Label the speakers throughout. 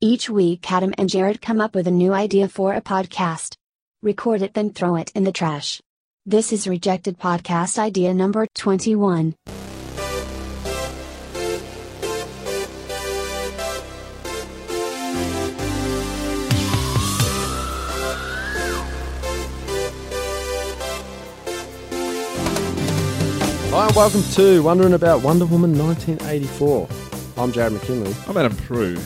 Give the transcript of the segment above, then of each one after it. Speaker 1: Each week, Adam and Jared come up with a new idea for a podcast. Record it, then throw it in the trash. This is rejected podcast idea number 21.
Speaker 2: Hi, and welcome to Wondering About Wonder Woman 1984. I'm Jared McKinley,
Speaker 3: I'm Adam Prue,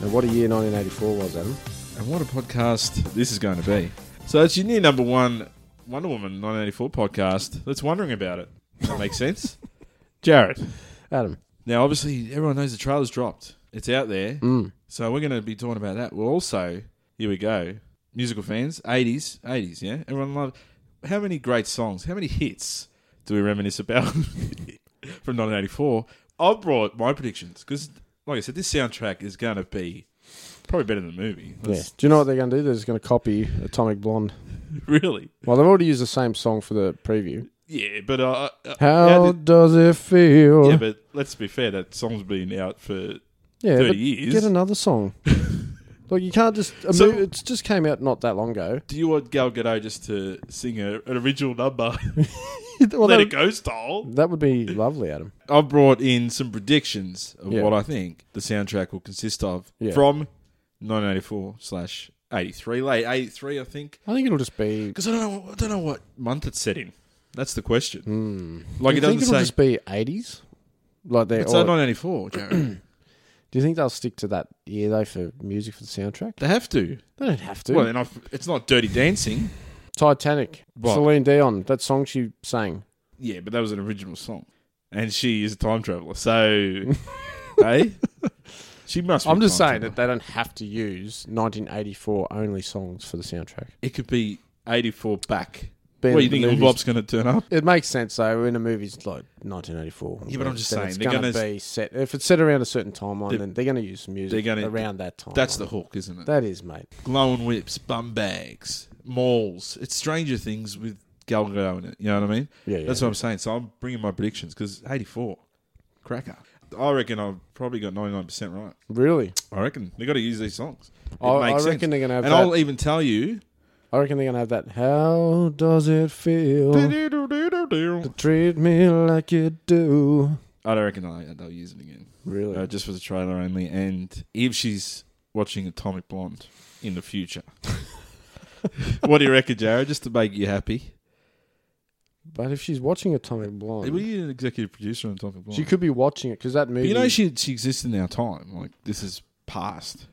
Speaker 2: and what a year 1984 was, Adam.
Speaker 3: and what a podcast this is going to be. So it's your new number one Wonder Woman 1984 podcast that's wondering about it. That makes sense? Jared.
Speaker 2: Adam,
Speaker 3: Now, obviously, everyone knows the trailer's dropped. It's out there.
Speaker 2: mm,
Speaker 3: So we're going to be talking about that. We're also, here we go, musical fans, 80s, 80s, yeah? Everyone loved. How many great songs, how many hits do we reminisce about from 1984? I've brought my predictions because, like I said, this soundtrack is going to be probably better than the movie.
Speaker 2: yeah.
Speaker 3: That's-
Speaker 2: Do you know what they're going to do? They're just going to copy Atomic Blonde.
Speaker 3: Really?
Speaker 2: Well, they've already used the same song for the preview.
Speaker 3: Yeah, but uh, uh,
Speaker 2: How
Speaker 3: yeah,
Speaker 2: does it feel?
Speaker 3: yeah, but let's be fair. That song's been out for
Speaker 2: Yeah,
Speaker 3: thirty
Speaker 2: but
Speaker 3: years.
Speaker 2: get another song. Look, you can't just. A
Speaker 3: So-
Speaker 2: mo- it just came out not that long ago.
Speaker 3: Do you want Gal Gadot just to sing a, an original number,
Speaker 2: Well,
Speaker 3: Let
Speaker 2: that,
Speaker 3: It Go style?
Speaker 2: that would be lovely, Adam.
Speaker 3: I've brought in some predictions of
Speaker 2: Yeah.
Speaker 3: what I think the soundtrack will consist of
Speaker 2: Yeah.
Speaker 3: from 1984 slash 83, late 83, I think.
Speaker 2: I think it'll just be.
Speaker 3: Because I don't know, I don't know what month it's set in. That's the question.
Speaker 2: Mm,
Speaker 3: Like
Speaker 2: do
Speaker 3: it
Speaker 2: you think
Speaker 3: doesn't
Speaker 2: it'll
Speaker 3: say.
Speaker 2: just be 80s? Like they're
Speaker 3: it's
Speaker 2: all-
Speaker 3: uh, 1984. Jared.
Speaker 2: Do you think they'll stick to that year though for music for the soundtrack?
Speaker 3: they have to.
Speaker 2: They don't have to.
Speaker 3: Well, and I've, it's not Dirty Dancing.
Speaker 2: Titanic.
Speaker 3: What?
Speaker 2: Celine Dion. That song she sang.
Speaker 3: Yeah, but that was an original song, and she is a time traveler. So, hey, she must. Be
Speaker 2: I'm
Speaker 3: a
Speaker 2: just
Speaker 3: time
Speaker 2: saying
Speaker 3: traveler.
Speaker 2: that they don't have to use 1984 only songs for the soundtrack.
Speaker 3: it could be '84 back.
Speaker 2: Being
Speaker 3: what do you
Speaker 2: the
Speaker 3: think? Lil
Speaker 2: movies-
Speaker 3: Bob's going to turn up?
Speaker 2: It makes sense though. When a movie's like 1984.
Speaker 3: Yeah, but I'm just
Speaker 2: then
Speaker 3: saying,
Speaker 2: it's
Speaker 3: they're
Speaker 2: going to
Speaker 3: gonna-
Speaker 2: be set. If it's set around a certain timeline,
Speaker 3: They're-
Speaker 2: then they're going to use some music
Speaker 3: they're gonna-
Speaker 2: around that time.
Speaker 3: That's the hook, isn't it?
Speaker 2: That is, mate.
Speaker 3: Glowing whips, bum bags, malls. It's Stranger Things with Gal Gadot in it. You know what I mean?
Speaker 2: Yeah, yeah.
Speaker 3: That's what I'm saying. So I'm bringing my predictions because '84, cracker. I reckon I've probably got 99% right.
Speaker 2: Really,
Speaker 3: I reckon they got to use these songs. It
Speaker 2: I, I
Speaker 3: makes
Speaker 2: reckon
Speaker 3: sense.
Speaker 2: they're going to have
Speaker 3: And
Speaker 2: that.
Speaker 3: I'll even tell you.
Speaker 2: I reckon they're going to have that. How does it feel? to
Speaker 3: I
Speaker 2: treat me like you do?
Speaker 3: don't reckon they'll, they'll use it again.
Speaker 2: Really?
Speaker 3: Uh, just for the trailer only. And if she's watching Atomic Blonde in the future, what do you reckon, Jared? Just to make you happy.
Speaker 2: But if she's watching Atomic
Speaker 3: Hey,
Speaker 2: Blonde,
Speaker 3: Were you an executive producer on Atomic Blonde?
Speaker 2: she could be watching it because that
Speaker 3: But
Speaker 2: movie.
Speaker 3: you know, she, she exists in our time. Like, this is past.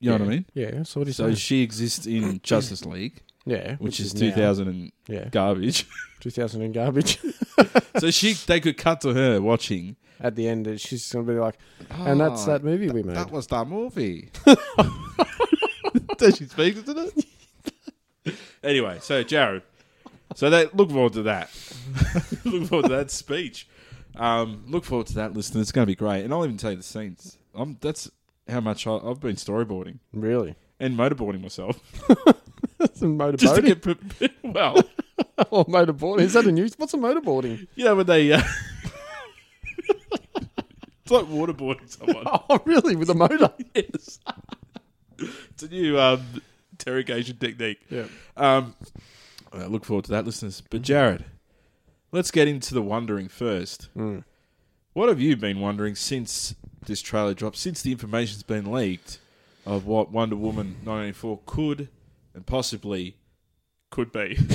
Speaker 3: You know what I mean?
Speaker 2: Yeah. So what do you
Speaker 3: So
Speaker 2: say?
Speaker 3: she exists in Justice League,
Speaker 2: yeah,
Speaker 3: which, is,
Speaker 2: now.
Speaker 3: 2000 and
Speaker 2: Yeah,
Speaker 3: garbage.
Speaker 2: two thousand and garbage.
Speaker 3: so she they could cut to her watching.
Speaker 2: At the end, she's gonna be like, "And that's
Speaker 3: "Oh,
Speaker 2: that movie we made."
Speaker 3: That was that movie. Does she speak to that? anyway, so Jared, so that look forward to that. look forward to that speech. Um, look forward to that, listener. It's going to be great, and I'll even tell you the scenes. I'm, that's how much I, I've been storyboarding
Speaker 2: really?
Speaker 3: and motorboarding myself
Speaker 2: That's a motorboarding.
Speaker 3: just to get prepared. Well,
Speaker 2: oh, motorboarding. Is that a new? What's a motorboarding?
Speaker 3: you know when they. Uh, It's like waterboarding someone.
Speaker 2: Oh, really? With a motor?
Speaker 3: Yes. it's a new um, interrogation technique.
Speaker 2: yeah.
Speaker 3: Um, I look forward to that, listeners. But
Speaker 2: Mm-hmm.
Speaker 3: Jared, let's get into the wondering first.
Speaker 2: Mm.
Speaker 3: What have you been wondering since this trailer dropped? Since the information's been leaked of what Wonder Woman 1984 could and possibly could be?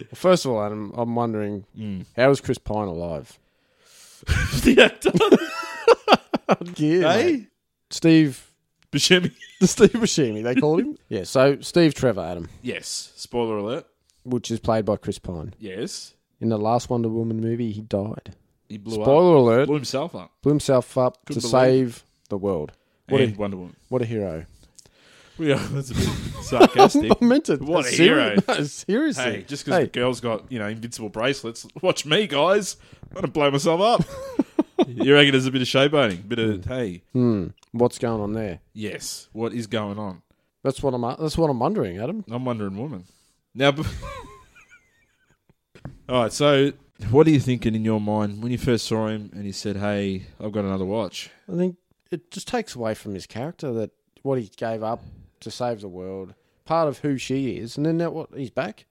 Speaker 2: Well, first of all, Adam, I'm wondering
Speaker 3: Mm.
Speaker 2: how is Chris Pine alive?
Speaker 3: the actor,
Speaker 2: yeah.
Speaker 3: eh?
Speaker 2: Steve,
Speaker 3: Buscemi.
Speaker 2: the Steve Buscemi, they called him. yeah. So Steve Trevor, Adam,
Speaker 3: Yes. Spoiler alert.
Speaker 2: which is played by Chris Pine
Speaker 3: Yes.
Speaker 2: in the last Wonder Woman movie, he died.
Speaker 3: He blew
Speaker 2: Spoiler alert.
Speaker 3: up. Blew himself up.
Speaker 2: blew himself up
Speaker 3: Couldn't
Speaker 2: to
Speaker 3: believe
Speaker 2: save the world. What
Speaker 3: and
Speaker 2: a,
Speaker 3: Wonder Woman.
Speaker 2: what a hero.
Speaker 3: Yeah, that's a bit sarcastic.
Speaker 2: I meant it.
Speaker 3: What a
Speaker 2: Seri-
Speaker 3: hero.
Speaker 2: no, seriously.
Speaker 3: Hey, just because
Speaker 2: Hey,
Speaker 3: the girl's got, you know, invincible bracelets, watch me, guys. I'm going to blow myself up. you reckon there's a bit of showboating? bit of, hey,
Speaker 2: hmm, what's going on there?
Speaker 3: yes, what is going on?
Speaker 2: That's what I'm. uh, That's what I'm wondering, Adam.
Speaker 3: I'm wondering, woman. Now, bef- all right, so what are you thinking in your mind when you first saw him and he said, hey, I've got another watch?
Speaker 2: I think it just takes away from his character that what he gave up to save the world, part of who she is, and then now what he's back.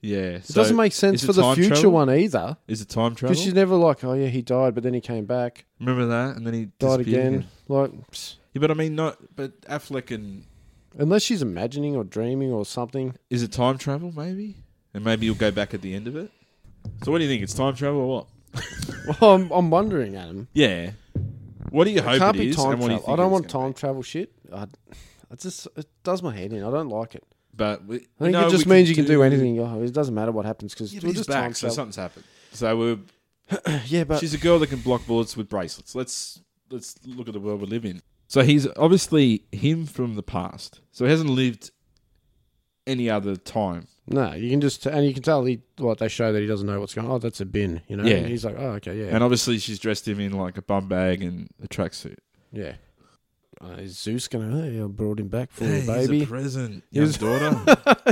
Speaker 3: Yeah.
Speaker 2: It doesn't make sense for the future one either.
Speaker 3: Is it time travel?
Speaker 2: Because she's never like, oh yeah, he died, but then he came back,
Speaker 3: Remember that, and then he
Speaker 2: died
Speaker 3: disappeared
Speaker 2: again. Like, psst.
Speaker 3: Yeah, but I mean, not. But Affleck and
Speaker 2: unless she's imagining or dreaming or something.
Speaker 3: is it time travel? Maybe, and maybe you'll go back at the end of it. So, what do you think? It's time travel or what?
Speaker 2: Well, Oh, I'm, I'm wondering, Adam.
Speaker 3: Yeah. What do you hope
Speaker 2: it can't
Speaker 3: it
Speaker 2: be
Speaker 3: is,
Speaker 2: time
Speaker 3: and what do you
Speaker 2: travel.
Speaker 3: think
Speaker 2: I don't
Speaker 3: it's
Speaker 2: want
Speaker 3: gonna
Speaker 2: time travel shit. I, it just it does my head in. I don't like it.
Speaker 3: be? But we,
Speaker 2: I think it just means you can do anything. Oh, it doesn't matter what happens because
Speaker 3: Yeah, but
Speaker 2: we'll
Speaker 3: he's
Speaker 2: just
Speaker 3: back,
Speaker 2: time
Speaker 3: so
Speaker 2: travel.
Speaker 3: something's happened. So we're
Speaker 2: yeah, but
Speaker 3: she's a girl that can block bullets with bracelets. Let's let's look at the world we live in. So he's obviously him from the past. So he hasn't lived any other time.
Speaker 2: no, you can just and you can tell he what they show that he doesn't know what's going. on. Oh, that's a bin, you know.
Speaker 3: Yeah.
Speaker 2: And he's like, oh, okay, yeah,
Speaker 3: And obviously she's dressed him in like a bum bag and a tracksuit.
Speaker 2: yeah. Uh, is Zeus gonna? Hey, I brought him back for you,
Speaker 3: Hey, he's
Speaker 2: baby.
Speaker 3: a present.
Speaker 2: Young
Speaker 3: His daughter.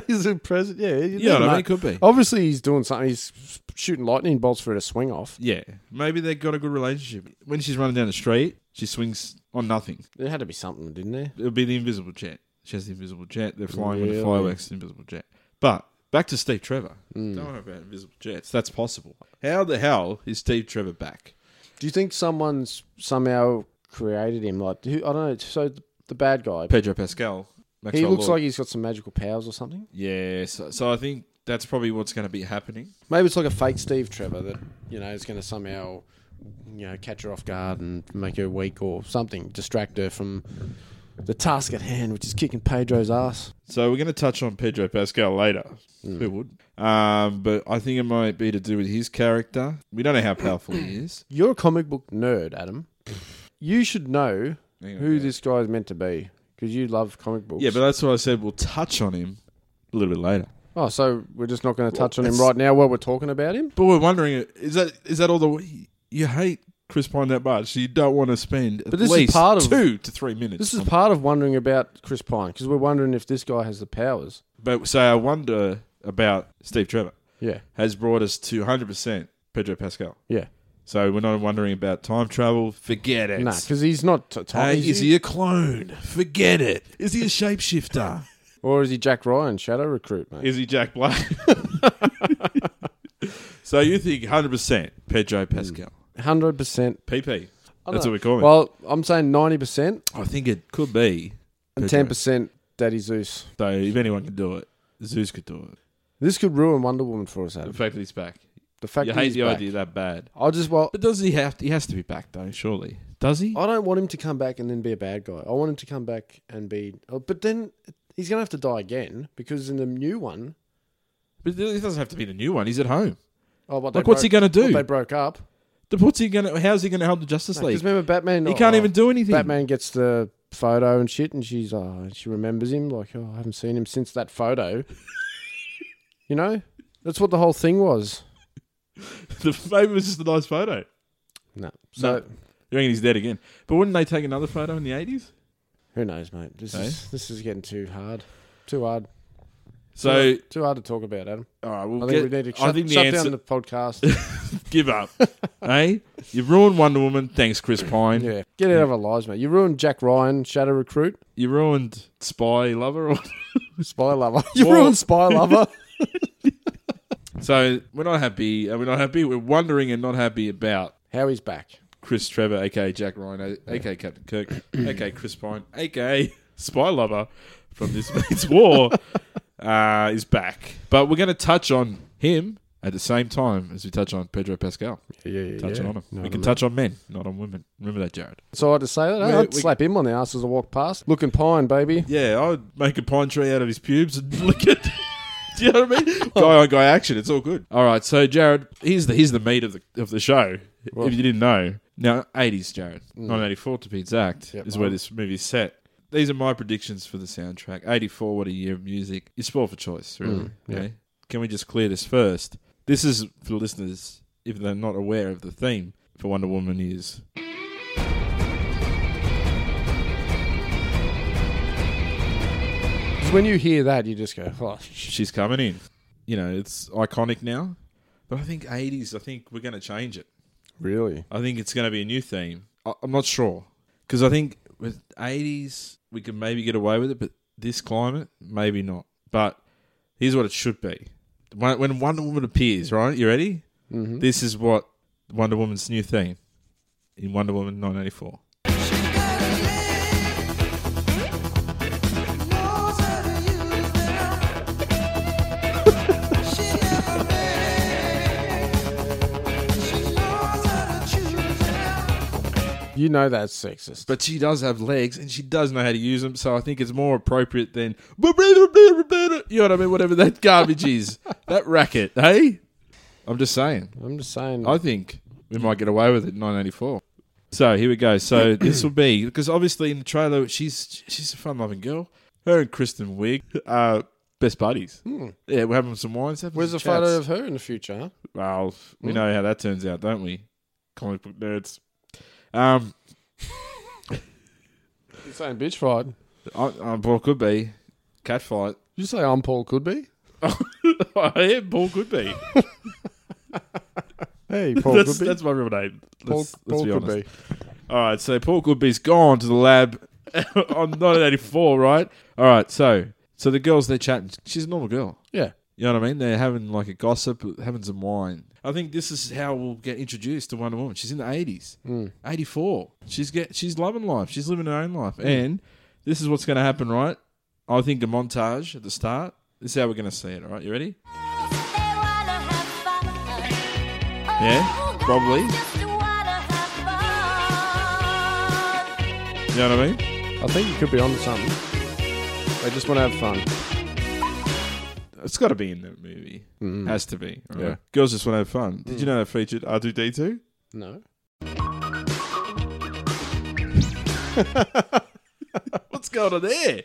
Speaker 2: he's a present. Yeah, you
Speaker 3: yeah,
Speaker 2: never
Speaker 3: I
Speaker 2: know.
Speaker 3: mean, it could be.
Speaker 2: Obviously, he's doing something. He's shooting lightning bolts for her to swing off.
Speaker 3: Yeah, maybe they got a good relationship. When she's running down the street, she swings on nothing.
Speaker 2: There had to be something, didn't there?
Speaker 3: It'll be the invisible jet. She has the invisible jet. They're flying with
Speaker 2: Really?
Speaker 3: the fireworks, the invisible jet. But back to Steve Trevor.
Speaker 2: Mm.
Speaker 3: Don't worry about invisible jets. That's possible. How the hell is Steve Trevor back?
Speaker 2: Do you think someone's somehow created him? Like, who, I don't know. So the, the bad guy,
Speaker 3: Pedro Pascal. Maxwell
Speaker 2: he looks
Speaker 3: Lord.
Speaker 2: like he's got some magical powers or something.
Speaker 3: yeah. So, so I think that's probably what's going to be happening.
Speaker 2: Maybe it's like a fake Steve Trevor that you know is going to somehow, you know, catch her off guard and make her weak or something, distract her from the task at hand, which is kicking Pedro's ass.
Speaker 3: So we're going to touch on Pedro Pascal later.
Speaker 2: Hmm.
Speaker 3: Who would? Um, but I think it might be to do with his character. We don't know how powerful he is.
Speaker 2: You're a comic book nerd, Adam. You should know
Speaker 3: Hang on,
Speaker 2: who
Speaker 3: guys.
Speaker 2: this guy is meant to be because you love comic books.
Speaker 3: Yeah, but that's what I said. We'll touch on him a little bit later.
Speaker 2: oh, so we're just not going to touch on him
Speaker 3: it's-
Speaker 2: right now while we're talking about him.
Speaker 3: But we're wondering is that is that all the you hate Chris Pine that much? You don't want to spend at
Speaker 2: But this is
Speaker 3: least
Speaker 2: part of-
Speaker 3: two to three minutes.
Speaker 2: This is
Speaker 3: on-
Speaker 2: part of wondering about Chris Pine because we're wondering if this guy has the powers.
Speaker 3: but so I wonder about Steve Trevor
Speaker 2: Yeah,
Speaker 3: has brought us to 100 percent Pedro Pascal.
Speaker 2: yeah.
Speaker 3: So we're not wondering about time travel. Forget it.
Speaker 2: Nah, because he's not t- Tom.
Speaker 3: Hey,
Speaker 2: is
Speaker 3: Uh, is
Speaker 2: he-
Speaker 3: he a clone? Forget it. Is he a shapeshifter?
Speaker 2: Or is he Jack Ryan, Shadow Recruit, mate?
Speaker 3: Is he Jack Black? so you think 100% Pedro Pascal.
Speaker 2: Hundred percent.
Speaker 3: PP.
Speaker 2: I don't
Speaker 3: That's what we call him.
Speaker 2: Well, I'm saying ninety percent
Speaker 3: I think it could be.
Speaker 2: and
Speaker 3: Pedro.
Speaker 2: ten percent Daddy Zeus.
Speaker 3: So if anyone could do it, Zeus could do it.
Speaker 2: This could ruin Wonder Woman for us,
Speaker 3: The
Speaker 2: Adam.
Speaker 3: fact that he's back.
Speaker 2: The fact
Speaker 3: you
Speaker 2: that
Speaker 3: hate
Speaker 2: he's
Speaker 3: the
Speaker 2: back.
Speaker 3: idea that bad.
Speaker 2: I just well,
Speaker 3: But does he have to? He has to be back though, surely. Does he?
Speaker 2: I don't want him to come back and then be a bad guy. I want him to come back and be, oh, but then he's gonna have to die again because in the new one,
Speaker 3: But he doesn't have to be the new one. He's at home.
Speaker 2: oh, what they
Speaker 3: Like, what's he
Speaker 2: broke-
Speaker 3: going to
Speaker 2: what
Speaker 3: do?
Speaker 2: They broke up.
Speaker 3: The- What's he going to? How's he going to help the Justice
Speaker 2: Because
Speaker 3: League?
Speaker 2: remember, Batman.
Speaker 3: He
Speaker 2: oh,
Speaker 3: can't
Speaker 2: oh,
Speaker 3: even do anything.
Speaker 2: Batman gets the photo and shit, and she's uh, she remembers him like, oh, I haven't seen him since that photo. you know, that's what the whole thing was.
Speaker 3: The- Maybe it was just a nice photo.
Speaker 2: No, so
Speaker 3: No. You reckon he's dead again? But wouldn't they take another photo in the eighties?
Speaker 2: who knows, mate? This
Speaker 3: Hey?
Speaker 2: is this is getting too hard, too hard.
Speaker 3: So,
Speaker 2: too, too hard to talk about, Adam.
Speaker 3: all right, we'll
Speaker 2: I
Speaker 3: get.
Speaker 2: think we need to
Speaker 3: I
Speaker 2: shut,
Speaker 3: think the
Speaker 2: shut
Speaker 3: answer.
Speaker 2: down the podcast.
Speaker 3: Give up, hey? You've ruined Wonder Woman. Thanks, Chris Pine.
Speaker 2: yeah, get out of our lives, mate. You ruined Jack Ryan, Shadow Recruit,
Speaker 3: You ruined Spy Lover. Or
Speaker 2: Spy Lover. You
Speaker 3: Well-
Speaker 2: ruined Spy Lover.
Speaker 3: So we're not happy. uh, We're not happy. We're wondering and not happy about
Speaker 2: How he's back.
Speaker 3: Chris Trevor, aka Jack Ryan, a- aka Captain Kirk, aka Chris Pine, aka Spy Lover from this man's war, uh, is back. But we're going to touch on him at the same time as we touch on Pedro Pascal.
Speaker 2: Yeah, yeah,
Speaker 3: Touching on him, we can touch on men, not on women. Remember that, Jared.
Speaker 2: So I had to say that.
Speaker 3: We-
Speaker 2: I'd
Speaker 3: we-
Speaker 2: slap him on the ass as I walk past. Looking pine, baby.
Speaker 3: Yeah, I would make a pine tree out of his pubes and lick it. Do you know what I mean? Guy on guy action. It's all good. All right. So Jared, here's the here's the meat of the of the show.
Speaker 2: What?
Speaker 3: If you didn't know, now eighties Jared, nineteen eighty four to be exact,
Speaker 2: Yep.
Speaker 3: is where this movie is set. These are my predictions for the soundtrack. Eighty four. What a year of music. You're spoiled for choice, really.
Speaker 2: yeah.
Speaker 3: Okay. Can we just clear this first? This is for the listeners if they're not aware of the theme for Wonder Woman is
Speaker 2: When you hear that, you just go, oh,
Speaker 3: she's coming in. You know, it's iconic now. But I think 80s, I think we're going to change it.
Speaker 2: really?
Speaker 3: I think it's going to be a new theme. I- I'm not sure. Because I think with 80s, we could maybe get away with it, but this climate, maybe not. But here's what it should be. When when Wonder Woman appears, right? You ready?
Speaker 2: Mm-hmm.
Speaker 3: This is what Wonder Woman's new theme in Wonder Woman 1984.
Speaker 2: You know that's sexist.
Speaker 3: But she does have legs and she does know how to use them, so I think it's more appropriate than. You know what I mean? Whatever that garbage is. That racket, hey? I'm just saying.
Speaker 2: I'm just saying.
Speaker 3: I think we might get away with it in 1984. So here we go. So this will be because obviously in the trailer she's she's a fun-loving girl. Her and Kristen Wiig are best buddies.
Speaker 2: Hmm.
Speaker 3: Yeah, we're having some wines. having
Speaker 2: Where's
Speaker 3: some
Speaker 2: a photo
Speaker 3: chats.
Speaker 2: of her in the future? Huh?
Speaker 3: Well, we
Speaker 2: Hmm.
Speaker 3: know how that turns out, don't we? Comic book nerds. Um,
Speaker 2: You're saying bitch fight.
Speaker 3: I, I, Paul could be cat fight.
Speaker 2: Did you say I'm Paul could be?
Speaker 3: Oh, yeah, Paul could be.
Speaker 2: Hey, Paul
Speaker 3: that's,
Speaker 2: could be.
Speaker 3: that's my real name.
Speaker 2: Paul,
Speaker 3: Let's, let's
Speaker 2: Paul
Speaker 3: be
Speaker 2: could
Speaker 3: honest.
Speaker 2: be.
Speaker 3: All right, so Paul Goodby's gone to the lab on 1984, right? All right, so so the girls they're chatting. She's a normal girl.
Speaker 2: Yeah.
Speaker 3: You know what I mean? They're having like a gossip, having some wine. I think this is how we'll get introduced to Wonder Woman. She's in the 80s, 84. She's get she's loving life. She's living her own life, and this is what's going to happen, right? I think a montage at the start. This is how we're going to see it. All right, you ready?
Speaker 4: Yeah, probably.
Speaker 3: You know what I mean?
Speaker 2: I think you could be onto something. They just want to have fun.
Speaker 3: It's got to be in the movie. Has to be. right?
Speaker 2: Yeah.
Speaker 3: Girls just want to have fun. Did you know that featured R two D two?
Speaker 2: No.
Speaker 3: What's going on there?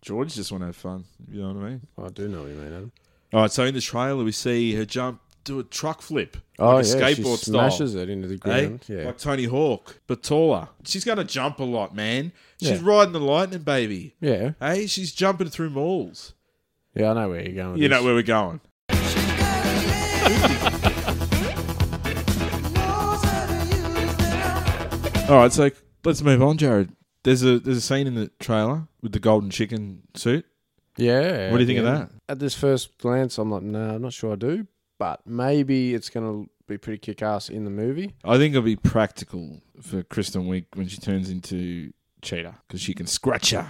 Speaker 3: George just want to have fun. You know what I mean?
Speaker 2: Oh, I do know what you mean, Adam.
Speaker 3: All right. So in the trailer, we see her jump, do a truck flip,
Speaker 2: Oh,
Speaker 3: like a
Speaker 2: yeah,
Speaker 3: skateboard
Speaker 2: she
Speaker 3: style,
Speaker 2: smashes it into the
Speaker 3: eh?
Speaker 2: ground. Yeah.
Speaker 3: like Tony Hawk, but taller. She's going to jump a lot, man. She's
Speaker 2: Yeah.
Speaker 3: riding the lightning, baby.
Speaker 2: yeah.
Speaker 3: Hey, she's jumping through malls.
Speaker 2: Yeah, I know where you're going. with
Speaker 3: You know
Speaker 2: this.
Speaker 3: where we're going. All right, so let's move on, Jared. There's a there's a scene in the trailer with the golden chicken suit.
Speaker 2: Yeah.
Speaker 3: What do you think of
Speaker 2: yeah.
Speaker 3: that?
Speaker 2: At this first glance, I'm like, no, I'm not sure I do, but maybe it's going to be pretty kick ass in the movie.
Speaker 3: I think it'll be practical for Kristen Wiig when she turns into Cheetah because she can scratch her.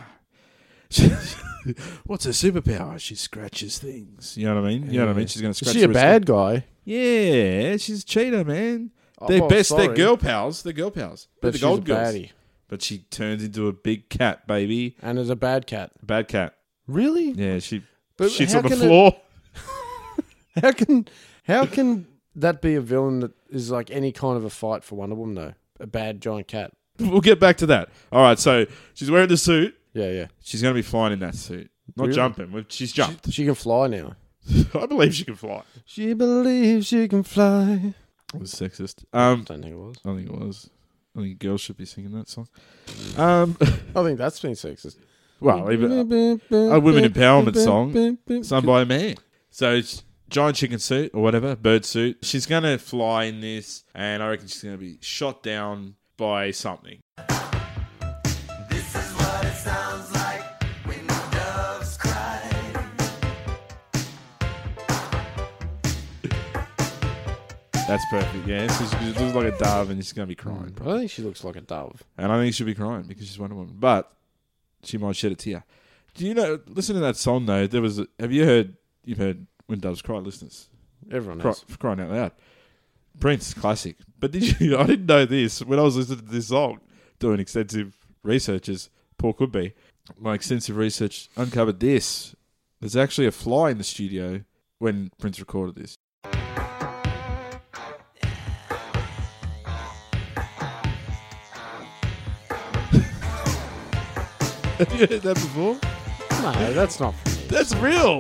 Speaker 3: What's her superpower? She scratches things. You know what I mean? You know what I mean? She's going to
Speaker 2: Is
Speaker 3: scratch.
Speaker 2: she a
Speaker 3: her-
Speaker 2: bad guy?
Speaker 3: Yeah, she's Cheetah, man.
Speaker 2: Oh,
Speaker 3: they're
Speaker 2: well,
Speaker 3: best. They're
Speaker 2: sorry,
Speaker 3: girl pals. They're girl pals. They're
Speaker 2: but
Speaker 3: the
Speaker 2: she's
Speaker 3: gold
Speaker 2: a
Speaker 3: girls.
Speaker 2: baddie.
Speaker 3: But she turns into a big cat, baby.
Speaker 2: And is a bad cat.
Speaker 3: Bad cat.
Speaker 2: Really?
Speaker 3: Yeah, she
Speaker 2: But
Speaker 3: shits
Speaker 2: how
Speaker 3: on the
Speaker 2: can it-
Speaker 3: floor.
Speaker 2: How can how can that be a villain that is like any kind of a fight for Wonder Woman though? A bad giant cat.
Speaker 3: We'll get back to that. All right, so she's wearing the suit.
Speaker 2: Yeah, yeah.
Speaker 3: She's going to be flying in that suit. Not
Speaker 2: Really?
Speaker 3: jumping. We've- She's jumped.
Speaker 2: She can fly now.
Speaker 3: I believe she can fly.
Speaker 2: She believes she can fly.
Speaker 3: It was sexist. Um,
Speaker 2: don't think it was.
Speaker 3: I think it was. I think girls should be singing that song. Um,
Speaker 2: I think that's been sexist.
Speaker 3: well, even a women empowerment song sung by a man. So it's giant chicken suit or whatever, bird suit. She's going to fly in this, and I reckon she's going to be shot down by something. That's perfect, yeah. So she looks like a dove and she's going to be crying.
Speaker 2: I think she looks like a dove.
Speaker 3: And I think she'll be crying because she's Wonder Woman. But she might shed a tear. Do you know? Listen to that song though. There was. A, have you heard? You've heard "When Doves Cry," listeners.
Speaker 2: Everyone
Speaker 3: Cry,
Speaker 2: has.
Speaker 3: for crying out loud. Prince classic. But did you? I didn't know this when I was listening to this song. Doing extensive research as Paul could be. My extensive research uncovered this. There's actually a fly in the studio when Prince recorded this. Have you heard that before?
Speaker 2: No, that's not.
Speaker 3: That's real.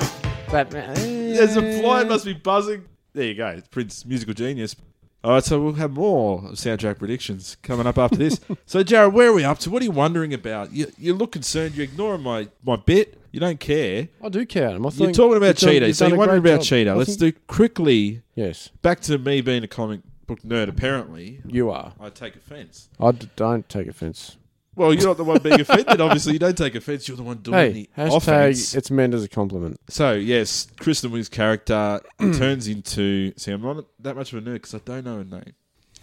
Speaker 2: That
Speaker 3: There's a fly, it must be buzzing. There you go, Prince, musical genius. All right, so we'll have more soundtrack predictions coming up after this. so, Jared, where are we up to? What are you wondering about? You, you look concerned. You're ignoring my, my bit. You don't care.
Speaker 2: I do care. Adam. I think
Speaker 3: You're talking
Speaker 2: you've
Speaker 3: about
Speaker 2: done-
Speaker 3: Cheetah.
Speaker 2: you've
Speaker 3: so,
Speaker 2: done
Speaker 3: you're
Speaker 2: a
Speaker 3: wondering
Speaker 2: great
Speaker 3: about
Speaker 2: job.
Speaker 3: Cheetah.
Speaker 2: I
Speaker 3: Let's
Speaker 2: think-
Speaker 3: do quickly
Speaker 2: Yes,
Speaker 3: back to me being a comic book nerd, apparently.
Speaker 2: you are.
Speaker 3: I take offense.
Speaker 2: I d- don't take offense.
Speaker 3: Well, you're not the one being offended. Obviously, you don't take offense. You're the one doing
Speaker 2: Hey,
Speaker 3: the
Speaker 2: hashtag
Speaker 3: offense.
Speaker 2: it's meant as a compliment.
Speaker 3: So yes, Kristen Wiig's character turns into. See, I'm not that much of a nerd because I don't know her name.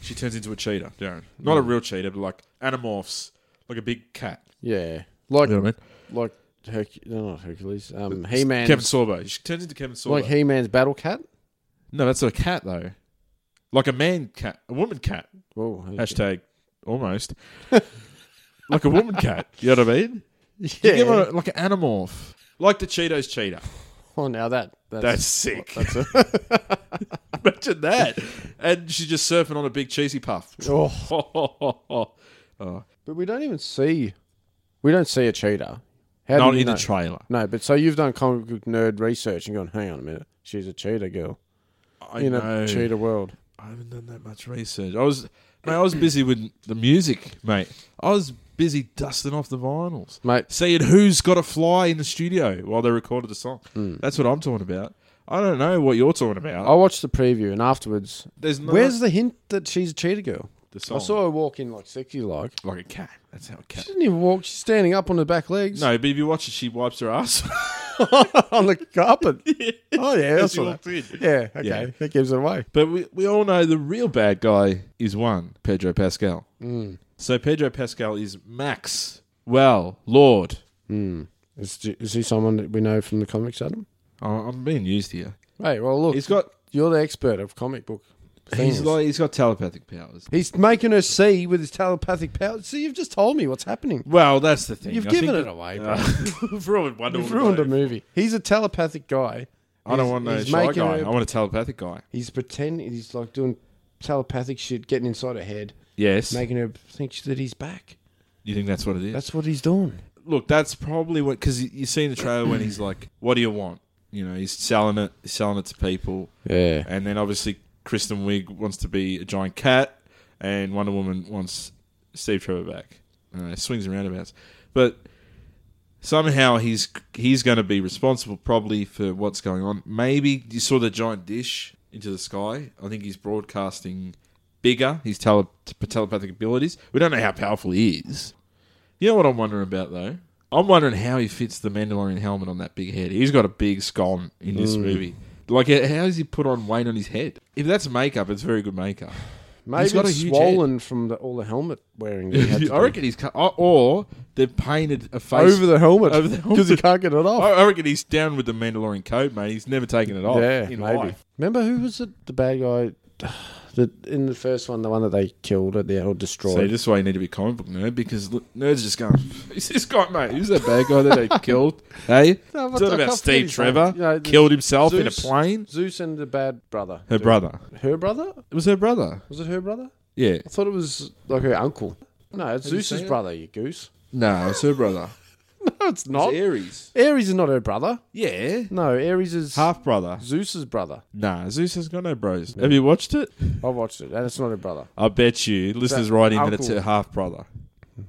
Speaker 3: She turns into a cheetah, Darren. Mm. Not a real cheetah, but like animorphs, like a big cat.
Speaker 2: Yeah, like
Speaker 3: You know what I mean?
Speaker 2: like Herc- no, not Hercules. Um, He Man.
Speaker 3: Kevin Sorbo. She turns into Kevin Sorbo.
Speaker 2: Like He Man's Battle Cat.
Speaker 3: no, that's a cat though. Like a man cat, a woman cat.
Speaker 2: Whoa,
Speaker 3: Hashtag almost. like a woman cat. You know what I mean? You
Speaker 2: Yeah.
Speaker 3: give her like an animorph, like the Cheetos cheetah.
Speaker 2: Oh, now that that's,
Speaker 3: That's sick.
Speaker 2: that's a,
Speaker 3: Imagine that. And she's just surfing on a big cheesy puff.
Speaker 2: oh.
Speaker 3: oh.
Speaker 2: But we don't even see, we don't see a cheetah. How do
Speaker 3: Not
Speaker 2: you
Speaker 3: in
Speaker 2: know?
Speaker 3: the trailer.
Speaker 2: No, but so you've done comic book nerd research and gone, hang on a minute, she's a cheetah girl
Speaker 3: I
Speaker 2: in
Speaker 3: know.
Speaker 2: a cheetah world.
Speaker 3: I haven't done that much research. I was, mate. I was busy with the music, mate. I was busy dusting off the vinyls,
Speaker 2: Mate.
Speaker 3: Seeing who's got a fly in the studio while they recorded the song.
Speaker 2: Hmm.
Speaker 3: That's what I'm talking about. I don't know what you're talking about.
Speaker 2: I watched the preview and afterwards,
Speaker 3: There's no
Speaker 2: Oh, where's the hint that she's a cheetah girl?
Speaker 3: the song.
Speaker 2: I saw her walk in like sexy like.
Speaker 3: like a cat. That's how a cat.
Speaker 2: She didn't even walk. She's standing up on her back legs.
Speaker 3: No, but if you watch it, she wipes her ass.
Speaker 2: on the carpet. Oh yeah, that's
Speaker 3: She
Speaker 2: what.
Speaker 3: walked in.
Speaker 2: Yeah, okay,
Speaker 3: Yeah.
Speaker 2: that gives it away.
Speaker 3: But we, we all know the real bad guy is one, Pedro Pascal.
Speaker 2: Mm.
Speaker 3: So Pedro Pascal is Max. Well, Lord.
Speaker 2: Is, is he someone that we know from the comics, Adam?
Speaker 3: I- I'm being used here.
Speaker 2: Hey, well look,
Speaker 3: He's got
Speaker 2: you're the expert of comic book.
Speaker 3: he's
Speaker 2: things.
Speaker 3: like he's got telepathic powers.
Speaker 2: He's making her see with his telepathic power. See, you've just told me what's happening.
Speaker 3: Well, that's the thing.
Speaker 2: You've
Speaker 3: I
Speaker 2: given
Speaker 3: think
Speaker 2: it away,
Speaker 3: that-
Speaker 2: bro.
Speaker 3: You've ruined Wonder
Speaker 2: You've
Speaker 3: Woman,
Speaker 2: ruined a
Speaker 3: though.
Speaker 2: movie. He's a telepathic guy.
Speaker 3: I don't
Speaker 2: He's-
Speaker 3: want no
Speaker 2: he's
Speaker 3: shy
Speaker 2: making
Speaker 3: guy.
Speaker 2: her-
Speaker 3: I want a telepathic guy.
Speaker 2: He's pretending. He's like doing telepathic shit, getting inside her head,
Speaker 3: Yes.
Speaker 2: making her think that he's back.
Speaker 3: you think that's what it is?
Speaker 2: That's what he's doing.
Speaker 3: look, that's probably what because you, you see in the trailer when he's like, "What do you want?" You know, he's selling it, he's selling it to people,
Speaker 2: Yeah.
Speaker 3: and then obviously Kristen Wiig wants to be a giant cat, and Wonder Woman wants Steve Trevor back. Uh, swings and roundabouts, but somehow he's he's going to be responsible probably for what's going on. Maybe you saw the giant dish into the sky. I think he's broadcasting bigger his tele- telepathic abilities. We don't know how powerful he is. You know what I'm wondering about though? I'm wondering how he fits the Mandalorian helmet on that big head. He's got a big skull in this
Speaker 2: Mm.
Speaker 3: movie. Like, how does he put on weight on his head? If that's makeup, it's very good makeup.
Speaker 2: Maybe
Speaker 3: He's got a
Speaker 2: it's
Speaker 3: huge
Speaker 2: swollen from the, all the helmet wearing. That he had to
Speaker 3: I
Speaker 2: do.
Speaker 3: reckon he's cut, or- or they've painted a face
Speaker 2: over the helmet
Speaker 3: Over the
Speaker 2: because he can't get it
Speaker 3: I
Speaker 2: off.
Speaker 3: I reckon he's down with the Mandalorian code, mate. He's never taken it off.
Speaker 2: yeah,
Speaker 3: Oh, in
Speaker 2: maybe.
Speaker 3: life.
Speaker 2: Remember who was it? The bad guy that in the first one, the one that they killed at the or destroyed.
Speaker 3: So this is why you need to be a comic book nerd because look, nerds just going, "Who's this guy, mate? Who's that bad guy that they killed? Hey,
Speaker 2: No, but I
Speaker 3: talking
Speaker 2: can't
Speaker 3: about Steve
Speaker 2: forget his name.
Speaker 3: Trevor
Speaker 2: You know, the-
Speaker 3: killed himself in a
Speaker 2: Zeus-
Speaker 3: plane.
Speaker 2: Zeus and the bad brother.
Speaker 3: Her brother.
Speaker 2: Her brother?
Speaker 3: It was her brother.
Speaker 2: Was it her brother?
Speaker 3: Yeah.
Speaker 2: I thought it was like her uncle. No, it's
Speaker 3: you
Speaker 2: Zeus's
Speaker 3: seen it?
Speaker 2: brother, you goose.
Speaker 3: No, it was her brother.
Speaker 2: No, it's
Speaker 3: It
Speaker 2: not.
Speaker 3: was Ares.
Speaker 2: Ares is not her brother.
Speaker 3: Oh. Yeah.
Speaker 2: No, Ares is
Speaker 3: Half brother.
Speaker 2: Zeus's brother.
Speaker 3: Nah, Zeus has got no bros. Have you watched it?
Speaker 2: I watched it, and it's not her brother.
Speaker 3: I bet you listeners writing that it's
Speaker 2: uncle.
Speaker 3: her half brother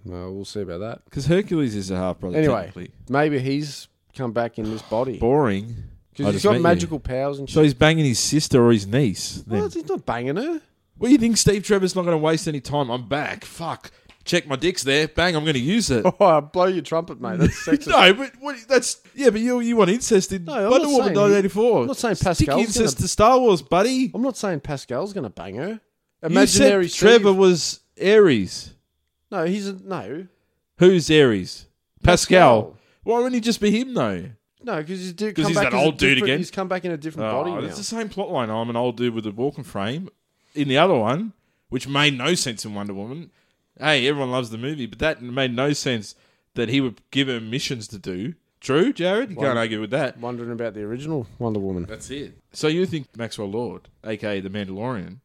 Speaker 2: No, we'll see about that.
Speaker 3: because Hercules is a half brother.
Speaker 2: Anyway,
Speaker 3: technically.
Speaker 2: maybe he's come back in this body
Speaker 3: boring. I
Speaker 2: because he's
Speaker 3: just met
Speaker 2: got
Speaker 3: you.
Speaker 2: magical powers and
Speaker 3: So
Speaker 2: shit.
Speaker 3: he's banging his sister or his niece. Then.
Speaker 2: Well, he's not banging her.
Speaker 3: What do you think, Steve Trevor's not going to waste any time? I'm back. Fuck. Check my dick's there. Bang. I'm going to use it.
Speaker 2: Oh, blow your trumpet, mate. That's sexist.
Speaker 3: no, but what, that's yeah. But you you want incest in
Speaker 2: No, I'm
Speaker 3: Wonder
Speaker 2: not
Speaker 3: Woman
Speaker 2: saying-
Speaker 3: 1984?
Speaker 2: I'm not saying
Speaker 3: Stick
Speaker 2: Pascal's
Speaker 3: incest
Speaker 2: gonna-
Speaker 3: to Star Wars, buddy.
Speaker 2: I'm not saying Pascal's going to bang her.
Speaker 3: You said
Speaker 2: Imaginary
Speaker 3: Trevor
Speaker 2: Steve-
Speaker 3: was Aries.
Speaker 2: No, he's a, no,
Speaker 3: Who's Aries? Pascal.
Speaker 2: Pascal.
Speaker 3: Why wouldn't he just be him though?
Speaker 2: no, because he's dude.
Speaker 3: 'Cause
Speaker 2: come
Speaker 3: he's
Speaker 2: back
Speaker 3: that
Speaker 2: as a
Speaker 3: old dude
Speaker 2: different-
Speaker 3: again.
Speaker 2: He's come back in a different body
Speaker 3: Oh,
Speaker 2: now.
Speaker 3: it's the same plot line. I'm an old dude with a walking frame. In the other one, which made no sense in Wonder Woman. Hey, everyone loves the movie, but that made no sense that he would give her missions to do. True, Jared? You can't argue with that.
Speaker 2: Wondering about the original Wonder Woman.
Speaker 3: That's it. So you think Maxwell Lord, aka the Mandalorian,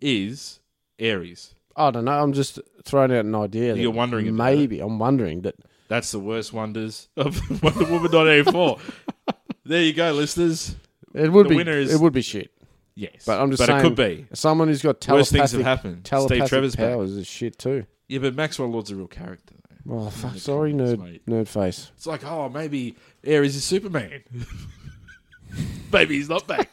Speaker 3: is Ares?
Speaker 2: I don't know. I'm just throwing out an idea. that
Speaker 3: You're wondering about
Speaker 2: Maybe I'm wondering that.
Speaker 3: That's the worst wonders of Wonder Woman 1984. there you go, listeners.
Speaker 2: It would
Speaker 3: The
Speaker 2: be.
Speaker 3: winner is-
Speaker 2: it would be shit.
Speaker 3: Yes,
Speaker 2: But I'm just
Speaker 3: but
Speaker 2: saying,
Speaker 3: it could be.
Speaker 2: someone who's got
Speaker 3: Worst
Speaker 2: telepathic.
Speaker 3: things have happened. Steve
Speaker 2: Telepathic
Speaker 3: Trevor's back.
Speaker 2: powers is shit too.
Speaker 3: Yeah, but Maxwell Lord's a real character. though.
Speaker 2: Oh fuck! Sorry, nerd,
Speaker 3: mate.
Speaker 2: nerd face.
Speaker 3: It's like, oh, maybe Ares is Superman. maybe he's not back.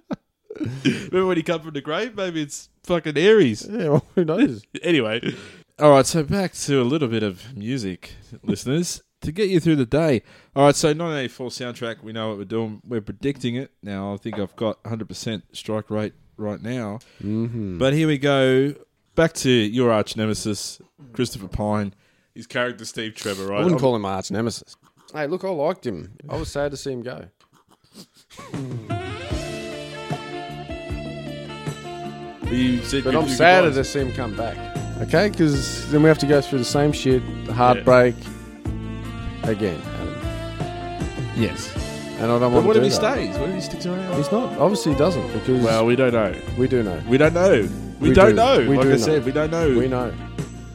Speaker 3: Remember when he come from the grave? Maybe it's fucking Ares.
Speaker 2: Yeah, well, who knows?
Speaker 3: Anyway, All right, so back to a little bit of music, listeners, to get you through the day. All right, so 1984 soundtrack, we know what we're doing. We're predicting it. Now, I think I've got 100% strike rate right now. Mm-hmm. But here we go. Back to your arch nemesis, Christopher Pine. His character, Steve Trevor, right?
Speaker 2: I wouldn't call him my arch nemesis. Hey, look, I liked him. I was sad to see him go.
Speaker 3: You said
Speaker 2: But
Speaker 3: you-
Speaker 2: I'm
Speaker 3: you
Speaker 2: sadder
Speaker 3: guys-
Speaker 2: to see him come back. Okay, because then we have to go through the same shit, the heartbreak, again. Adam.
Speaker 3: Yes.
Speaker 2: And I don't
Speaker 3: But
Speaker 2: want
Speaker 3: what
Speaker 2: to do
Speaker 3: if he
Speaker 2: that.
Speaker 3: stays? What if he sticks around?
Speaker 2: He's not. Obviously, he doesn't because
Speaker 3: Well, we don't know.
Speaker 2: we do know.
Speaker 3: We don't know. We,
Speaker 2: We
Speaker 3: don't
Speaker 2: do.
Speaker 3: know.
Speaker 2: We
Speaker 3: like
Speaker 2: do
Speaker 3: I
Speaker 2: know.
Speaker 3: said, we don't know.
Speaker 2: We know.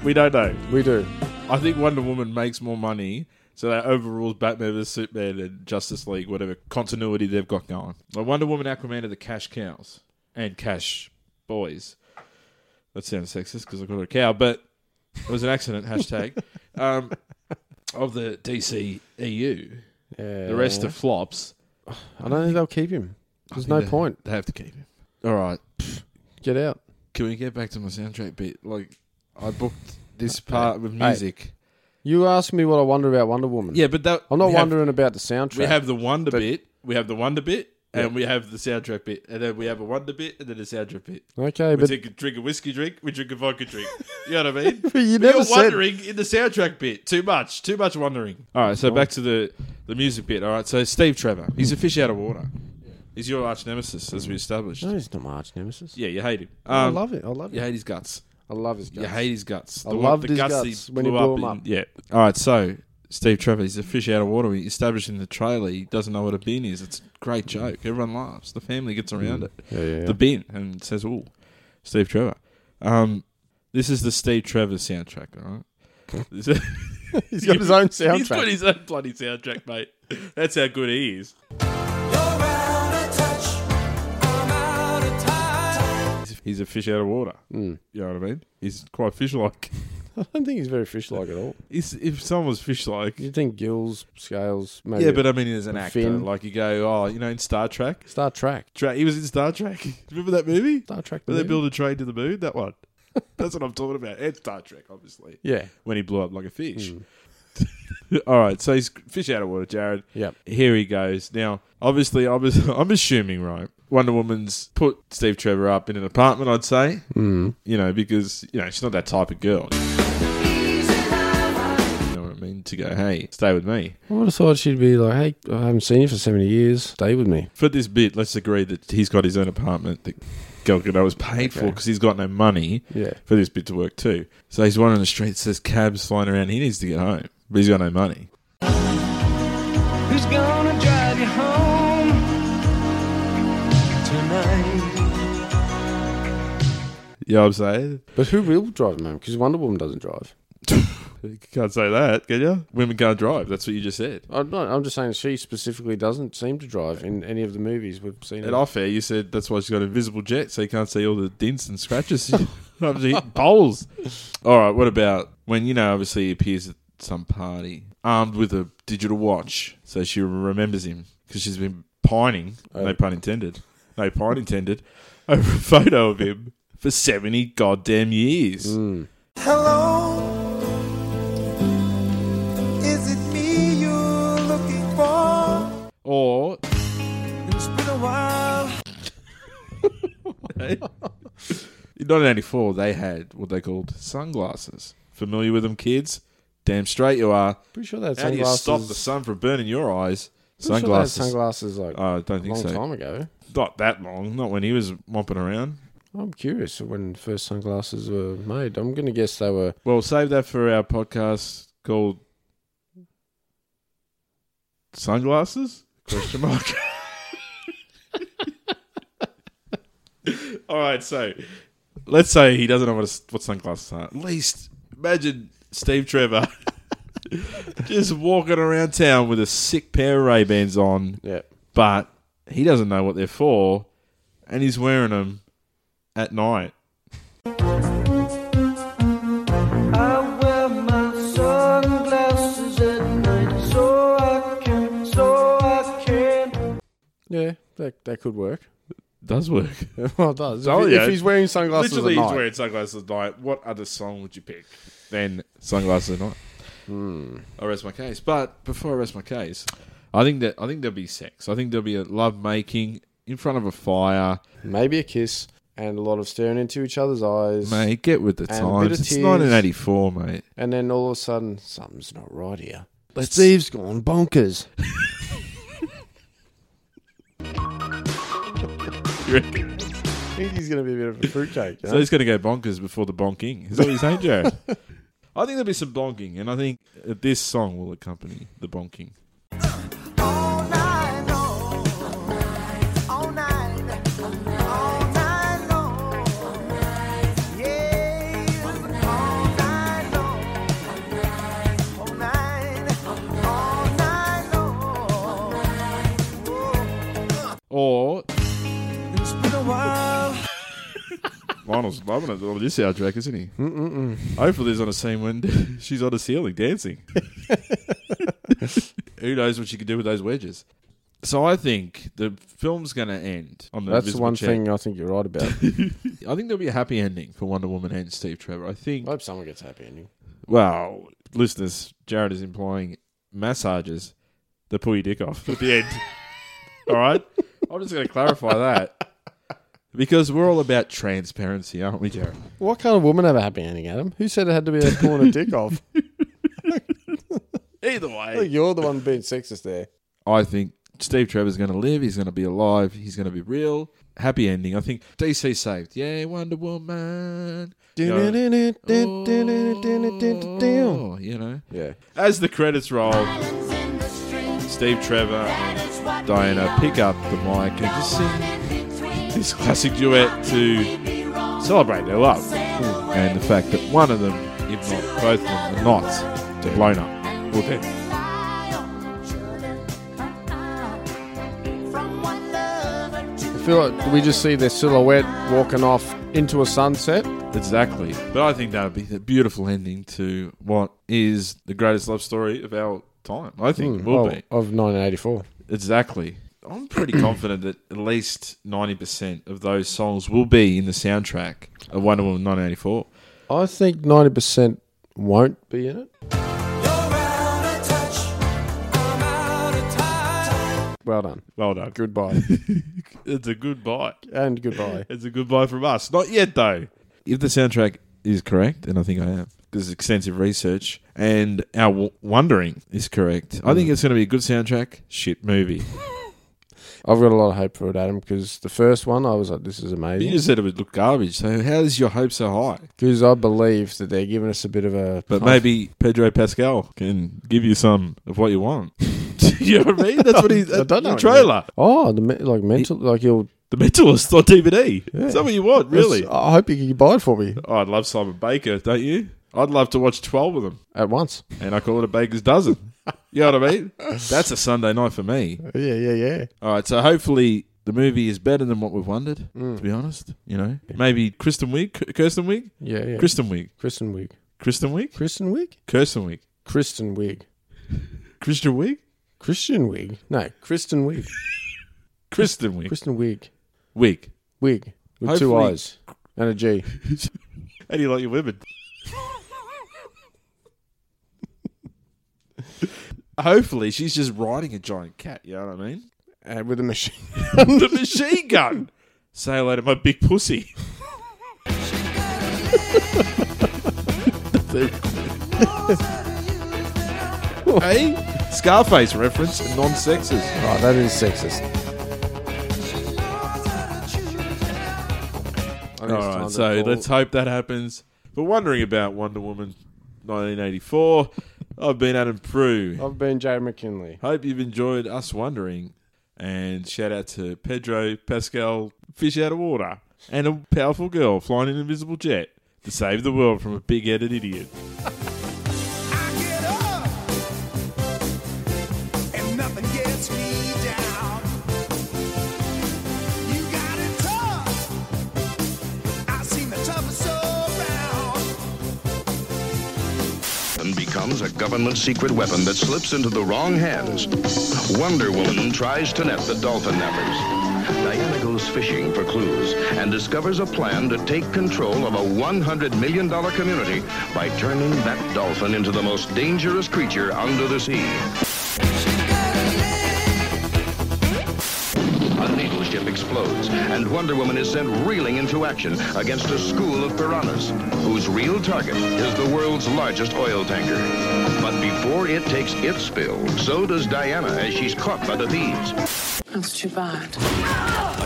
Speaker 3: We don't know.
Speaker 2: We do.
Speaker 3: I think Wonder Woman makes more money, so that overrules Batman vs Superman and Justice League, whatever continuity they've got going. Like Wonder Woman, Aquaman are the cash cows and cash boys. That sounds sexist because I called her a cow, but it was an accident. hashtag um, of the DC EU.
Speaker 2: Yeah.
Speaker 3: The rest of flops.
Speaker 2: I don't think they'll keep him. There's no
Speaker 3: They-
Speaker 2: point.
Speaker 3: They have to keep him. All right.
Speaker 2: Get out.
Speaker 3: Can we get back to my soundtrack bit? Like, I booked this part with music.
Speaker 2: You asked me what I wonder about Wonder Woman.
Speaker 3: Yeah, but that
Speaker 2: I'm not
Speaker 3: we have-
Speaker 2: wondering about the soundtrack.
Speaker 3: We have the wonder bit. We have the wonder bit, and we have the soundtrack bit, and then we have a wonder bit, and then a soundtrack bit.
Speaker 2: okay,
Speaker 3: We
Speaker 2: but
Speaker 3: take a, drink a whiskey drink. We drink a vodka drink. You know what I mean?
Speaker 2: you
Speaker 3: But
Speaker 2: never
Speaker 3: you're
Speaker 2: said-
Speaker 3: wondering in the soundtrack bit too much. Too much wondering. All right, so back to the the music bit. All right, so Steve Trevor, he's a fish out of water. He's your arch nemesis, as we established.
Speaker 2: no, he's not my arch nemesis.
Speaker 3: Yeah, you hate him. Um,
Speaker 2: I love it. I love
Speaker 3: You
Speaker 2: it.
Speaker 3: hate his guts.
Speaker 2: I love his guts.
Speaker 3: You hate his guts.
Speaker 2: I
Speaker 3: one-
Speaker 2: loved his
Speaker 3: that
Speaker 2: guts when he blew him up.
Speaker 3: Yeah. All right. So Steve Trevor, he's a fish out of water. He established in the trailer. He doesn't know what a bin is. It's a great joke. Everyone laughs. The family gets around it.
Speaker 2: Mm. Yeah, yeah, yeah.
Speaker 3: The bin and says, "Ooh, Steve Trevor." Um, this is the Steve Trevor soundtrack. All right. This is-
Speaker 2: he's got his own
Speaker 3: He's got
Speaker 2: soundtrack.
Speaker 3: his own bloody soundtrack, mate. That's how good he is.
Speaker 2: Mm.
Speaker 3: He's a fish out of water. You know what I mean? He's quite fish-like.
Speaker 2: I don't think he's very fish-like at all.
Speaker 3: He's, if someone was fish-like,
Speaker 2: You think gills, scales, maybe
Speaker 3: yeah, but uh, I mean, as an actor,
Speaker 2: fin.
Speaker 3: like you go, oh, you know, in Star Trek,
Speaker 2: Star Trek.
Speaker 3: Tra- he was in Star Trek. Remember that movie?
Speaker 2: Star Trek.
Speaker 3: Where
Speaker 2: the
Speaker 3: they
Speaker 2: movie?
Speaker 3: build a train to the moon? That one. That's what I'm talking about. And Star Trek, obviously.
Speaker 2: Yeah.
Speaker 3: When he blew up like a fish. All right, so he's fish out of water, Jared.
Speaker 2: Yep.
Speaker 3: Here he goes. Now, obviously, I'm, I'm assuming, right? Wonder Woman's put Steve Trevor up in an apartment, I'd say. Mm. You know, because, you know, she's not that type of girl. You know what I mean? To go, hey, stay with me.
Speaker 2: I would have thought she'd be like, "Hey, I haven't seen you for seventy years. Stay with me."
Speaker 3: for this bit, let's agree that he's got his own apartment that Gal Gadot was paid for for
Speaker 2: Okay.
Speaker 3: because he's got no money
Speaker 2: Yeah.
Speaker 3: for this bit to work too. So he's wandering the streets, there's cabs flying around. He needs to get home, but he's got no money.
Speaker 5: Who's gonna drive you home tonight?
Speaker 3: You know what I'm saying?
Speaker 2: But who will drive him home? Because Wonder Woman doesn't drive.
Speaker 3: You can't say that, can you? Women can't drive. That's what you just said.
Speaker 2: I'm, not, I'm just saying she specifically doesn't seem to drive in any of the movies we've seen.
Speaker 3: And off air, you said that's why she's got an invisible jet, so you can't see all the dents and scratches. Obviously, hitting poles. All right, what about when, you know, obviously he appears at some party armed with a digital watch, so she remembers him because she's been pining, no pun intended, no pun intended, over a photo of him for 70 goddamn years.
Speaker 5: Hello, is it me you're looking for?
Speaker 3: Or,
Speaker 5: It's been a while.
Speaker 3: in 1984, they had what they called sunglasses. Familiar with them, kids? Damn straight you are.
Speaker 2: Pretty sure they had
Speaker 3: How do you
Speaker 2: sunglasses.
Speaker 3: stop the sun from burning your eyes?
Speaker 2: Pretty sure they had
Speaker 3: Sunglasses.
Speaker 2: sunglasses like
Speaker 3: Oh, I don't
Speaker 2: a
Speaker 3: think
Speaker 2: long
Speaker 3: so.
Speaker 2: time ago.
Speaker 3: Not that long. Not when he was mopping around.
Speaker 2: I'm curious when first sunglasses were made. I'm going to guess they were.
Speaker 3: Well, save that for our podcast called "Sunglasses?" Question mark. All right, so let's say he doesn't know what, a, what sunglasses are. At least imagine Steve Trevor just walking around town with a sick pair of Ray Bans on.
Speaker 2: Yeah.
Speaker 3: but he doesn't know what they're for, and he's wearing them at night.
Speaker 5: I wear my sunglasses at night so I can, so I can.
Speaker 2: Yeah, that, that could work.
Speaker 3: does work.
Speaker 2: well, it does.
Speaker 3: Tell
Speaker 2: If,
Speaker 3: you.
Speaker 2: if he's wearing sunglasses
Speaker 3: Literally,
Speaker 2: at
Speaker 3: he's
Speaker 2: night.
Speaker 3: wearing sunglasses at night. What other song would you pick than sunglasses at night?
Speaker 2: Hmm.
Speaker 3: I rest my case, but before I rest my case, I think that I think there'll be sex. I think there'll be a love making in front of a fire.
Speaker 2: Maybe a kiss and a lot of staring into each other's eyes.
Speaker 3: Mate, get with the
Speaker 2: And a bit
Speaker 3: times.
Speaker 2: of
Speaker 3: It's
Speaker 2: tears.
Speaker 3: 1984, mate.
Speaker 2: And then all of a sudden, something's not right here. Steve's gone bonkers.
Speaker 3: You reckon?
Speaker 2: I think he's going to be a bit of a fruitcake.
Speaker 3: So he's going to go bonkers before the bonking. Is that what you're saying, Jared? I think there'll be some bonking, and I think uh, this song will accompany the bonking.
Speaker 5: All night long. All night. All night long. Yeah. All night long. All night. All night long.
Speaker 3: Or
Speaker 5: It's been a while.
Speaker 3: Lionel's loving it on this soundtrack, isn't he? Mm-mm-mm. Hopefully, there's not a scene when she's on a ceiling dancing. Who knows what she could do with those wedges? So I think the film's going to end on the
Speaker 2: That's
Speaker 3: invisible
Speaker 2: one
Speaker 3: chair.
Speaker 2: thing I think you're right about.
Speaker 3: I think there'll be a happy ending for Wonder Woman and Steve Trevor. I think.
Speaker 2: I hope someone gets happy ending.
Speaker 3: Well, listeners, Jared is implying massages that pull your dick off at the end. all right? I'm just going to clarify that. Because we're all about transparency, aren't we, Jared?
Speaker 2: What kind of woman have a happy ending, Adam? Who said it had to be a pulling a dick off?
Speaker 3: Either
Speaker 2: I think
Speaker 3: way.
Speaker 2: you're the one being sexist there.
Speaker 3: I think Steve Trevor's going to live. He's going to be alive. He's going to be real. Happy ending. I think DC saved. Yeah, Wonder Woman. You know, oh, you know.
Speaker 2: Yeah.
Speaker 3: As the credits roll, Steve Trevor Diana pick up the mic and just sing this classic duet to celebrate their love and the fact that one of them, if not both of them, are not blown up or dead.
Speaker 2: I feel like do we just see their silhouette walking off into a sunset.
Speaker 3: Exactly. But I think that would be a beautiful ending to what is the greatest love story of our time. I think it will
Speaker 2: Oh,
Speaker 3: be.
Speaker 2: Of 1984.
Speaker 3: Exactly. I'm pretty confident that at least 90% of those songs will be in the soundtrack of Wonder Woman 1984.
Speaker 2: I think 90% won't be in it.
Speaker 5: You're out of touch. I'm out of time.
Speaker 2: Well done.
Speaker 3: Well done.
Speaker 2: Goodbye.
Speaker 3: It's a goodbye.
Speaker 2: and goodbye.
Speaker 3: It's a goodbye from us. Not yet, though. If the soundtrack is correct, and I think I am, because extensive research and our w- wondering is correct, I think it's going to be a good soundtrack, shit movie.
Speaker 2: I've got a lot of hope for it, Adam, because the first one I was like, this is
Speaker 3: But you
Speaker 2: amazing.
Speaker 3: just said it would look garbage, so how is your hope so high?
Speaker 2: Because I believe that they're giving us a bit of a.
Speaker 3: But maybe Pedro Pascal can give you some of what you want. you know what I mean? That's what he's.
Speaker 2: I don't know
Speaker 3: The
Speaker 2: what
Speaker 3: trailer.
Speaker 2: Oh, the me- like mental, like you'll
Speaker 3: The Mentalist on DVD. Is that what you want, really?
Speaker 2: I hope you can buy it for me
Speaker 3: Oh, I'd love Simon Baker, don't you? I'd love to watch 12 of them.
Speaker 2: at once.
Speaker 3: and I call it a baker's dozen. You know what I mean? That's a Sunday night for me.
Speaker 2: Yeah, yeah, yeah.
Speaker 3: All right, so hopefully the movie is better than what we've wondered. To be honest, you know, maybe Kristen Wiig, Kirsten Wiig,
Speaker 2: Yeah, yeah.
Speaker 3: Kristen Wiig,
Speaker 2: Kristen Wig.
Speaker 3: Kristen Wiig,
Speaker 2: Kristen Wig?
Speaker 3: Kirsten Wiig,
Speaker 2: Kristen Wig.
Speaker 3: Christian Wiig,
Speaker 2: Christian Wig? No, Kristen Wig.
Speaker 3: Kristen Wiig,
Speaker 2: Kristen Wig.
Speaker 3: Wiig.
Speaker 2: Wig. With two
Speaker 3: Hopefully-
Speaker 2: eyes and a G.
Speaker 3: How do you like your women? Hopefully, she's just riding a giant cat. You know what I mean?
Speaker 2: And with a machine.
Speaker 3: the machine gun. Say hello to my big pussy. hey, Scarface reference, non-sexist.
Speaker 2: Oh, that is sexist. I think
Speaker 3: All
Speaker 2: it's time to
Speaker 3: right, so
Speaker 2: call-
Speaker 3: let's hope that happens. But wondering about Wonder Woman, 1984. I've been Adam Prue.
Speaker 2: I've been Jared McKinley.
Speaker 3: Hope you've enjoyed us wondering. And shout out to Pedro Pascal, fish out of water, and a powerful girl flying an invisible jet to save the world from a big-headed idiot.
Speaker 5: I get up and nothing gets me down. You got it tough. I've seen the toughest around.
Speaker 6: and becomes a government secret weapon that slips into the wrong hands. Wonder Woman tries to net the dolphin nappers. Diana goes fishing for clues and discovers a plan to take control of a $100 million community by turning that dolphin into the most dangerous creature under the sea. A naval ship explodes, and Wonder Woman is sent reeling into action against a school of piranhas, whose real target is the world's largest oil tanker. But before it takes its spill, so does Diana as she's caught by the thieves.
Speaker 7: That's too bad.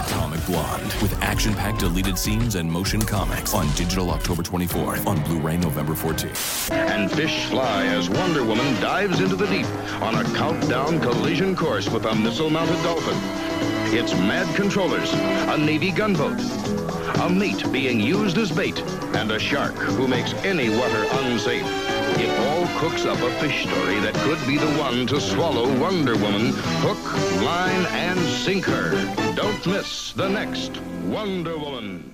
Speaker 8: Atomic Blonde with action-packed deleted scenes and motion comics on digital October 24th on Blu-ray November 14th.
Speaker 6: and fish fly as Wonder Woman dives into the deep on a countdown collision course with a missile-mounted dolphin. It's mad controllers, a Navy gunboat, a mate being used as bait, and a shark who makes any water unsafe. It all cooks up a fish story that could be the one to swallow Wonder Woman, hook, line, and sinker. Don't miss the next Wonder Woman.